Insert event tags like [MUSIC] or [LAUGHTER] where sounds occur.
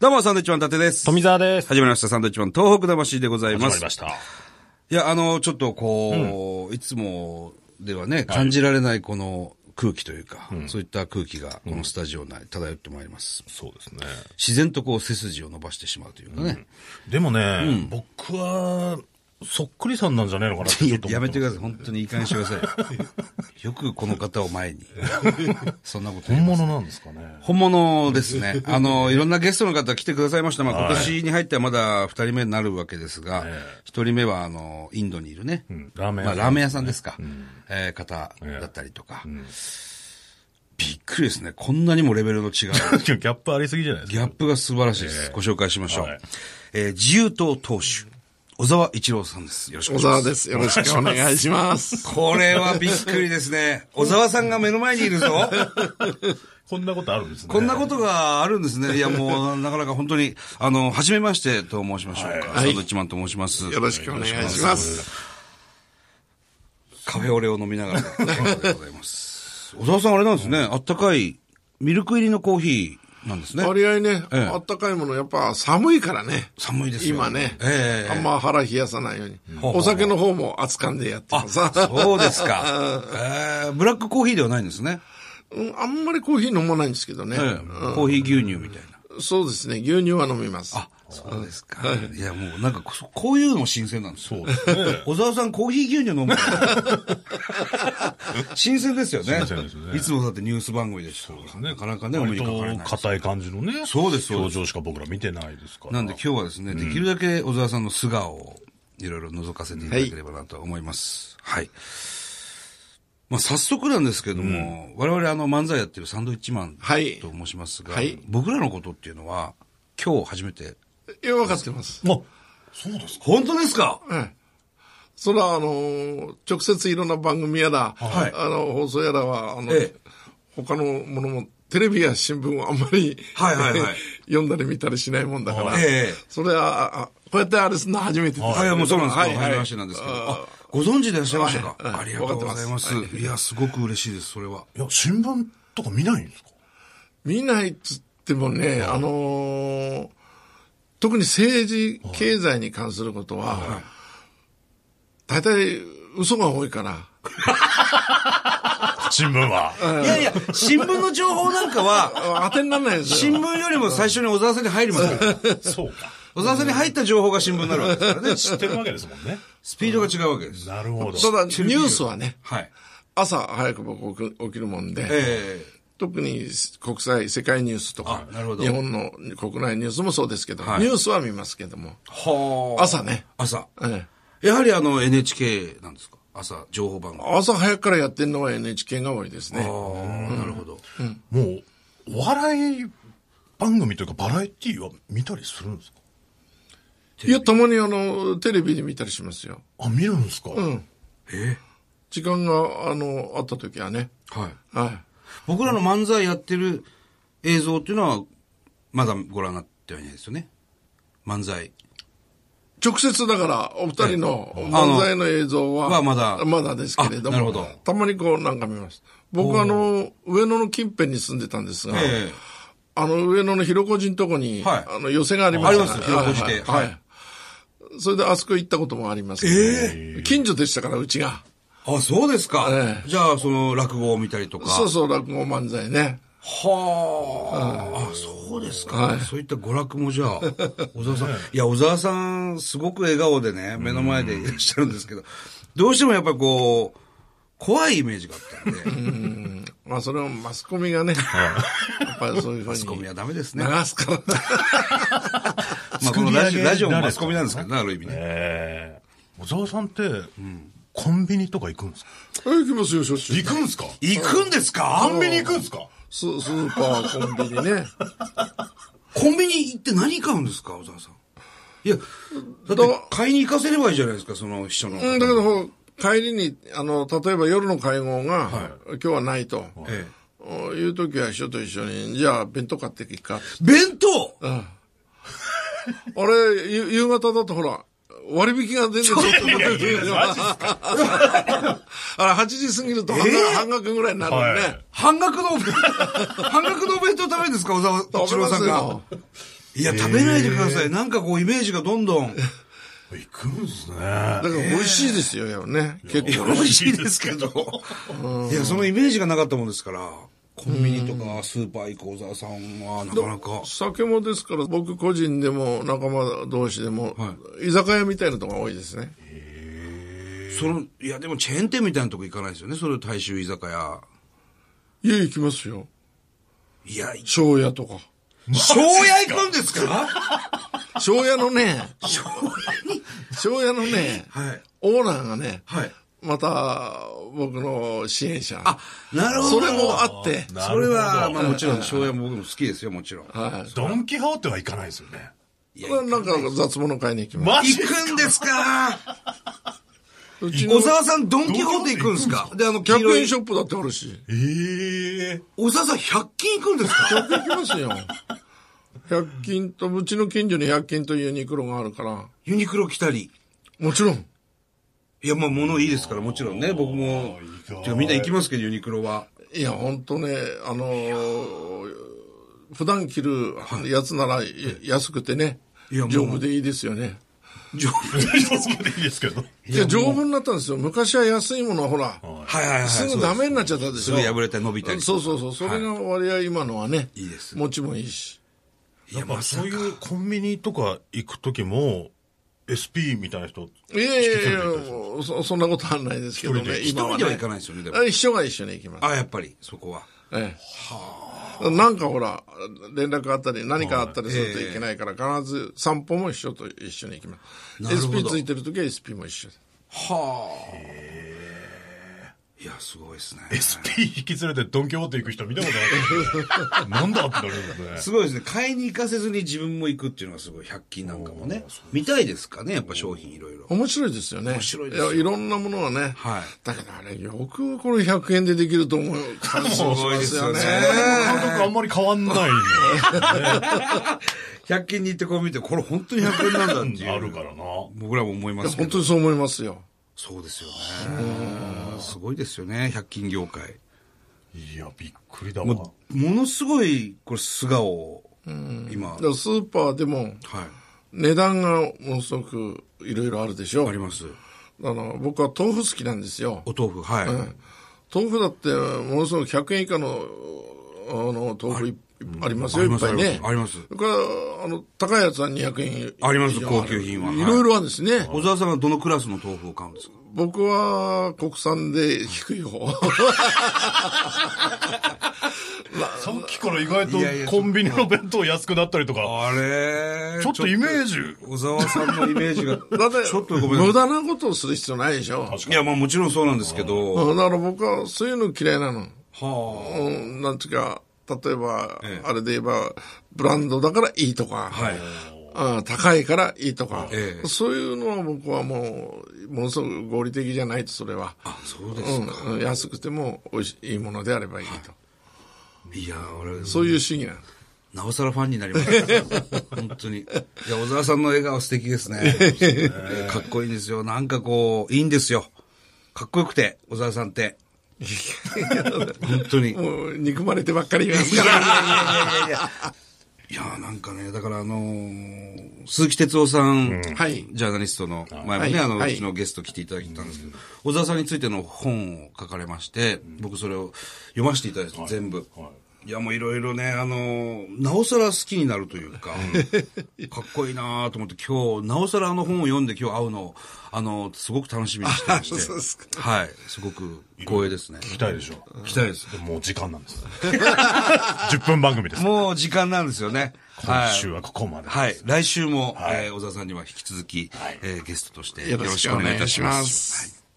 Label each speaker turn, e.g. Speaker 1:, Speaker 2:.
Speaker 1: どうも、サンドイッチマン伊達です。
Speaker 2: 富澤です。
Speaker 1: 始まりました、サンドイッチマン東北魂でござい
Speaker 2: 始
Speaker 1: ま
Speaker 2: まり
Speaker 1: す。
Speaker 2: ました。
Speaker 1: いや、あの、ちょっとこう、いつもではね、感じられないこの空気というか、そういった空気がこのスタジオ内漂ってまいります。
Speaker 2: そうですね。
Speaker 1: 自然とこう背筋を伸ばしてしまうというかね。
Speaker 2: でもね、僕は、そっくりさんなんじゃないのかなってちょっと思
Speaker 1: やめてください。
Speaker 2: い。
Speaker 1: 本当にいい加減にしてくださ
Speaker 2: [LAUGHS]
Speaker 1: い。よくこの方を前に。そんなこと言い
Speaker 2: 本
Speaker 1: ます
Speaker 2: 物なんですかね。
Speaker 1: 本物です
Speaker 2: [LAUGHS]
Speaker 1: ね。あの、いろんなゲストの方来てくださいました。まあ、今年に入ってはまだ二人目になるわけですが
Speaker 2: ええ、
Speaker 1: 一、人目は、あの、インドにいるね。
Speaker 2: んラーメン屋さん
Speaker 1: まあ、ラーメン屋さんですか。えー方だったりとか、びっくりですね。こんなにもレベル [LAUGHS] の違う。
Speaker 2: ギャップありすぎじゃないです
Speaker 1: ギ
Speaker 2: か。
Speaker 1: ャップが素晴らしいです。ご紹介しましょう。
Speaker 2: はい
Speaker 1: えー自由党党首、小沢一郎さんです。よろしくお願
Speaker 3: 小
Speaker 1: いします
Speaker 3: 沢。です。よろしくお願いします。
Speaker 1: [LAUGHS] これはびっくりですね。小沢さんが目の前にいるぞ。
Speaker 2: こんなことあるんですね。
Speaker 1: こんなことがあるんですね。いや、もう、なかなか本当に、あの、はじめましてと申しましょうか。
Speaker 3: い
Speaker 1: サンドイッチマンと申します。
Speaker 3: よろしくお願いします。
Speaker 1: カフェオレを飲みなが [LAUGHS] らでございます。小沢さん、あれなんですね。あったかい、ミルク入りのコーヒーなんですね。
Speaker 3: 割合ね、
Speaker 1: ええ
Speaker 3: あったかいもの、やっぱ寒いからね。
Speaker 1: 寒いですよ
Speaker 3: 今ね。
Speaker 1: ええ
Speaker 3: あんま腹冷やさないように。
Speaker 1: ほうほう
Speaker 3: お酒の方も熱燗でやって
Speaker 1: あ、
Speaker 3: ます。
Speaker 1: [LAUGHS] そうですか。えー、ブラックコーヒーではないんですね。
Speaker 3: うんあんまりコーヒー飲まないんですけどね
Speaker 1: え。ー、コーヒー牛乳みたいな。
Speaker 3: そうですね。牛乳は飲みます。
Speaker 1: あ、そうですか。いや、もうなんかこ、こういうのも新鮮なんですよ。小沢さん、コーヒー牛乳飲むの [LAUGHS] 新鮮ですよね
Speaker 2: 新鮮ですね
Speaker 1: いつもだってニュース番組でしたから、なかなかね、お目に
Speaker 2: 割
Speaker 1: かかれ
Speaker 2: と
Speaker 1: ない。
Speaker 2: 硬い感じのね。
Speaker 1: そうですそうで
Speaker 2: 表情しか僕ら見てないですから。
Speaker 1: なんで今日はですね、できるだけ小沢さんの素顔をいろいろ覗かせていただければなと思います。はい。まあ、早速なんですけども、我々あの漫才やってるサンドイッチマン
Speaker 3: はい
Speaker 1: と申しますが、
Speaker 3: はい
Speaker 1: 僕らのことっていうのは、今日初めて。
Speaker 3: いや、わかってます。
Speaker 2: あ、そうですか。
Speaker 1: 本当ですか
Speaker 3: ええそれは、あのー、直接いろんな番組やら、
Speaker 1: はい
Speaker 3: あの、放送やらは、あの、
Speaker 1: ええ
Speaker 3: 他のものも、テレビや新聞はあんまり、
Speaker 1: はいはいはい
Speaker 3: [LAUGHS] 読んだり見たりしないもんだから、
Speaker 1: ええ
Speaker 3: それは、ああこうやってあれすんの初めてです。
Speaker 1: はい、いやもうそうなんです
Speaker 3: は
Speaker 1: か。
Speaker 3: い
Speaker 1: は
Speaker 3: はい
Speaker 1: じめましてなんですけど。あ、ご存知でいらっしゃいましたか
Speaker 3: はいはい
Speaker 1: ありがとうございます。いや、すごく嬉しいです、それは。
Speaker 2: いや、新聞とか見ないんですか
Speaker 3: 見ないっつってもね、あのー特に政治、経済に関することは、大体嘘が多いから、
Speaker 2: 新聞
Speaker 1: [LAUGHS]
Speaker 2: は。
Speaker 1: いやいや、新聞の情報なんか [LAUGHS] は、
Speaker 3: あ当てにならないです
Speaker 1: 新
Speaker 3: よ。
Speaker 1: 聞よりも最初に小沢さんに入りますから。 [LAUGHS]
Speaker 2: そうか。
Speaker 1: 小沢さんに入った情報が新聞になるわけですからね。
Speaker 2: 知ってるわけですもんね。
Speaker 1: スピードが違うわけです。
Speaker 2: なるほど。
Speaker 3: ただ、ニュースはね、
Speaker 1: はい。
Speaker 3: 朝早く僕起き起きるもんで、
Speaker 1: え
Speaker 3: 特に国際、世界ニュースとか
Speaker 1: あなるほ、ど
Speaker 3: 日本の国内ニュースもそうですけど、
Speaker 1: はい
Speaker 3: ニュースは見ますけども、
Speaker 1: えはあ。
Speaker 3: 朝ね、
Speaker 1: 朝。
Speaker 3: ええ
Speaker 1: やはりあの NHK なんですか朝、情報番組。あ
Speaker 3: 朝早くからやってるのは NHK が多いです
Speaker 1: あ
Speaker 3: ね。
Speaker 1: ー、なるほど。
Speaker 2: もう、お笑い番組というかバラエティーは見たりするんですか
Speaker 3: いや、たまにあの、テレビで見たりしますよ。
Speaker 2: あ、見るんですか
Speaker 3: うん。
Speaker 1: え
Speaker 3: 時間が、あの、あった時はね。
Speaker 1: えはい。
Speaker 3: は
Speaker 1: 僕らの漫才やってる映像っていうのは、まだご覧になってはいないですよね。漫才。
Speaker 3: い。直接だから、お二人の
Speaker 1: あの
Speaker 3: 漫才の映像は、
Speaker 1: はまだ
Speaker 3: まだですけれども、
Speaker 1: あなるほど
Speaker 3: たまにこうなんか見ます。僕あの、上野の近辺に住んでたんですが、
Speaker 1: え
Speaker 3: あの、上野の広小路のとこに、
Speaker 1: はい
Speaker 3: あの、寄せがありました
Speaker 1: あります広小路邸
Speaker 3: はい。
Speaker 1: は
Speaker 3: それであそこ行ったこともあります、え近所でしたから、うちが。
Speaker 1: えあ、そうですか。
Speaker 3: え
Speaker 1: じゃあ、その落語を見たりとか。
Speaker 3: そうそう、落語漫才ね。
Speaker 1: はあ、あ、そうですか、
Speaker 3: はい
Speaker 1: そういった娯楽もじゃあ、小沢さん。いや、小沢さん、すごく笑顔でね、目の前でいらっしゃるんですけど、どうしてもやっぱりこう、怖いイメージがあったんで、
Speaker 3: まあ、それをマスコミがね、やっぱりそういうふうに。マ
Speaker 1: マスコミはダメですね。
Speaker 3: 流すから。
Speaker 1: まあ、このラジオ、ラジオも
Speaker 2: 誰
Speaker 1: マ
Speaker 2: です
Speaker 1: ス
Speaker 2: か
Speaker 1: コミなんですけどね、ある意味ね。
Speaker 2: ええ小沢さんって、コンビニとか行くんですか
Speaker 3: え行きますよ、しょっちゅう。
Speaker 2: くんですか
Speaker 1: 行くんですか
Speaker 2: くんですか
Speaker 3: ススーパー、コンビニね。
Speaker 1: コンビニ行って何買うんですか、小沢さん。いや、だって買いに行かせればいいじゃないですか、その秘書の方。
Speaker 3: うん、だけど、ほら帰りに、あの、例えば夜の会合が、今日はないと、
Speaker 1: ええ
Speaker 3: おいう時は秘書と一緒に、じゃあ弁当買っていくか。
Speaker 1: 弁当
Speaker 3: あれ、ゆ夕方だとほら、割引が出てる。
Speaker 2: [LAUGHS]
Speaker 3: あれ、8時過ぎると半,、
Speaker 1: ええ
Speaker 3: 半額ぐらいになるね。
Speaker 2: はい
Speaker 1: 半額のお弁、半額のお弁当食べるんですか、小沢一郎さんが。えいや、食べないでください。なんかこう、イメージがどんどん。
Speaker 2: 行くんですね。
Speaker 3: だから美味しいですよ、やっぱね。結
Speaker 1: いや、
Speaker 3: 構
Speaker 1: 美。味しいですけど。いや、そのイメージがなかったもんですから。コンビニとかスーパー行く小沢さんは、なかなか。
Speaker 3: 酒もですから、僕個人でも仲間同士でも、
Speaker 1: は
Speaker 3: 居酒屋みたいなとこが多いですね。
Speaker 1: その、いや、でもチェーン店みたいなとこ行かないですよね。それ大衆居酒屋。
Speaker 3: いや、行きますよ。
Speaker 1: いや、
Speaker 3: 庄屋とか。
Speaker 1: 庄屋行くんですか
Speaker 3: 庄屋のね、庄屋のね、
Speaker 1: はい。
Speaker 3: オーナーがね、
Speaker 1: はい。
Speaker 3: また僕の支援者。
Speaker 1: あ、なるほ
Speaker 3: そ
Speaker 1: ど。
Speaker 3: れもあって、
Speaker 2: な
Speaker 1: そ
Speaker 2: る
Speaker 1: れ
Speaker 2: ほど
Speaker 1: は、まあもちろん、庄屋も僕も好きですよ、もちろん。
Speaker 3: はい。
Speaker 2: ドン・キホーテは行かないですよね。
Speaker 1: いや
Speaker 3: まあなんか雑物買いに行きま
Speaker 2: マジ
Speaker 1: 行くんですか
Speaker 3: す。うちの
Speaker 1: [LAUGHS] 小沢さん、ドンキホーテ行くんですかで、あの、黄色
Speaker 3: 100
Speaker 1: い
Speaker 3: 円ショップだってあるし。
Speaker 2: ええ
Speaker 1: 小沢さん、100均行くんですか
Speaker 3: 100均行きますよ。100均と、うちの近所に100均というユニクロがあるから。
Speaker 1: ユニクロ来たり。
Speaker 3: もちろん。
Speaker 1: いや、まあ、物いいですから、もちろんね、僕も
Speaker 2: 意外。
Speaker 1: てかみんな行きますけど、ユニクロは。
Speaker 3: いや、ほんとね、あのー普段着るやつならい安くてね、
Speaker 1: いやもう
Speaker 3: 丈夫でいいですよね。
Speaker 1: 丈夫
Speaker 2: ー。一つもでいいですけど。
Speaker 3: いや、丈夫になったんですよ。昔は安いものはほら、
Speaker 1: はいはいはい。
Speaker 3: すぐダメになっちゃったでし
Speaker 1: す
Speaker 3: ょ。
Speaker 1: ぐ破れたり伸びたり。
Speaker 3: そうそうそう。それが割合今のはね、
Speaker 1: いいです
Speaker 3: 持ちもいいし。
Speaker 1: いや、
Speaker 2: ま
Speaker 1: ま
Speaker 2: あ、
Speaker 1: あ、
Speaker 2: そういうコンビニとか行くときも、SP みたいな人、
Speaker 3: いやいやいや
Speaker 2: 引き取りに行ったりする
Speaker 3: もうそ、そんなことはないですけど
Speaker 2: 一人
Speaker 3: ね、
Speaker 2: で
Speaker 1: 一
Speaker 3: 今
Speaker 1: 人
Speaker 3: は、
Speaker 1: では
Speaker 3: ね
Speaker 1: 行。かないですよね、でも。
Speaker 3: あ秘書が一緒に行きます。
Speaker 1: あ、やっぱり、そこは。
Speaker 3: ええ、なんかほら、連絡あったり、何かあったりするといけないから、必ず散歩も一緒と一緒に行きます。
Speaker 1: なるほど
Speaker 3: SP ついてるときは SP も一緒です。
Speaker 1: はあ。いや、すごいですね。
Speaker 2: SP 引き連れてドン・キホーテ行く人見たこ
Speaker 1: [LAUGHS]
Speaker 2: とない。なんだってなるんですね。
Speaker 1: すごいですね。買いに行かせずに自分も行くっていうのがすごい。100均なんかもね。見たいですかね、やっぱ商品いろいろ。
Speaker 3: 面白いですよね。面
Speaker 1: 白いですよ
Speaker 3: いやいろんなものはね。
Speaker 1: はい
Speaker 3: だけどあれ、よくこれ100円でできると思う。感
Speaker 1: [LAUGHS]
Speaker 3: 想しますよね
Speaker 1: すごいです。
Speaker 2: 感覚あんまり変わんないん
Speaker 1: 100均に行ってこう見て、これ本当に100円なんだってい [LAUGHS]
Speaker 2: だ
Speaker 1: う。
Speaker 2: あるからな。
Speaker 1: 僕らも思いますけ
Speaker 3: 本当
Speaker 1: ど。
Speaker 3: にそう思いますよ。
Speaker 1: そうですよね。すごいですよね、100均業界。
Speaker 2: いや、びっくりだわ。
Speaker 1: もう、ものすごい、これ素顔を、今
Speaker 3: だか。らスーパーでも
Speaker 1: はい。
Speaker 3: 値段がものすごくいろいろあるでしょ。
Speaker 1: あります。
Speaker 3: あの、僕は豆腐好きなんですよ。
Speaker 1: お豆腐、はい。
Speaker 3: 豆腐だって、ものすごく100円以下の、あの、豆腐いあります
Speaker 1: あ
Speaker 3: よ、
Speaker 1: り
Speaker 3: い
Speaker 1: ま
Speaker 3: っ
Speaker 1: す
Speaker 3: ぱいね。
Speaker 1: ありますあります
Speaker 3: それから、あの、高いやつは200円。
Speaker 1: あります高級品はい
Speaker 3: ろいろあるんですね。
Speaker 1: 小沢さんはどのクラスの豆腐を買うんですか
Speaker 3: 僕は国産で低
Speaker 1: [LAUGHS]
Speaker 3: い方。
Speaker 2: さっきから意外と
Speaker 1: いやいや
Speaker 2: コンビニの弁当安くなったりとか、
Speaker 1: あれ
Speaker 2: ちょっとイメージ。
Speaker 1: 小沢さんのイメージが。
Speaker 3: だって、
Speaker 1: ちょっとごめん
Speaker 3: 無
Speaker 1: [LAUGHS] なさ
Speaker 3: 駄なことをする必要ないでしょ。
Speaker 1: い。いや、まあもちろんそうなんですけど。
Speaker 3: うんだから僕はそういうの嫌いなの。
Speaker 1: は
Speaker 3: うん、なんていうか、例えば、
Speaker 1: ええ
Speaker 3: あれで言えば、ブランドだからいいとか、
Speaker 1: あ。はい。
Speaker 3: ああ高いからいいとか、
Speaker 1: ええ
Speaker 3: そういうのは僕はもう、ものすごく合理的じゃないと、それは。
Speaker 1: あ、そうで
Speaker 3: う
Speaker 1: すか。
Speaker 3: んうん、安くても美味しいいいものであればいいと。
Speaker 1: いや、俺、
Speaker 3: そういう主義なの。
Speaker 1: なおさらファンになりま
Speaker 3: [LAUGHS]
Speaker 1: した。本当に。いや、小沢さんの笑顔素敵ですね。かっこいいんですよ。なんかこう、いいんですよ。かっこよくて、小沢さんって。 [LAUGHS] 本当に。
Speaker 3: もう、憎まれてばっかり言います
Speaker 1: いや
Speaker 3: か
Speaker 1: い
Speaker 3: ら。
Speaker 1: やいやいやいや。いやーなんかね、だからあのー鈴木哲夫さん、
Speaker 3: はい
Speaker 1: ジャーナリストの前もね、
Speaker 3: はい
Speaker 1: あの、
Speaker 3: はいう
Speaker 1: ちのゲスト来ていただいたんですけど、小沢さんについての本を書かれまして、僕それを読ませていただいて、全部。
Speaker 2: はい
Speaker 1: やもういろいろね、あのーなおさら好きになるという
Speaker 3: [LAUGHS]
Speaker 1: か、かっこいいなーと思って、今日、なおさらあの本を読んで今日会うのを、あのーすごく楽しみにしてまし
Speaker 3: そうです
Speaker 1: て、はい、すごく光栄ですね。
Speaker 2: 聞きたいでしょ。
Speaker 1: 来たいです。
Speaker 2: もう時間なんです。10分番組です。
Speaker 1: もう時間なんですよね。
Speaker 2: 今
Speaker 1: はい。
Speaker 2: 週はここまで。
Speaker 1: はい。来週も、
Speaker 2: はい
Speaker 1: えー小沢さんには引き続き、
Speaker 2: はい
Speaker 1: えーゲストとして
Speaker 3: よ
Speaker 1: よ
Speaker 3: ろ
Speaker 1: ろ
Speaker 3: し
Speaker 1: し
Speaker 3: く
Speaker 1: く
Speaker 3: お
Speaker 1: お
Speaker 3: 願
Speaker 1: 願
Speaker 3: い
Speaker 1: いい
Speaker 3: いた
Speaker 1: た
Speaker 3: し
Speaker 1: し
Speaker 3: ま
Speaker 1: ますす。はい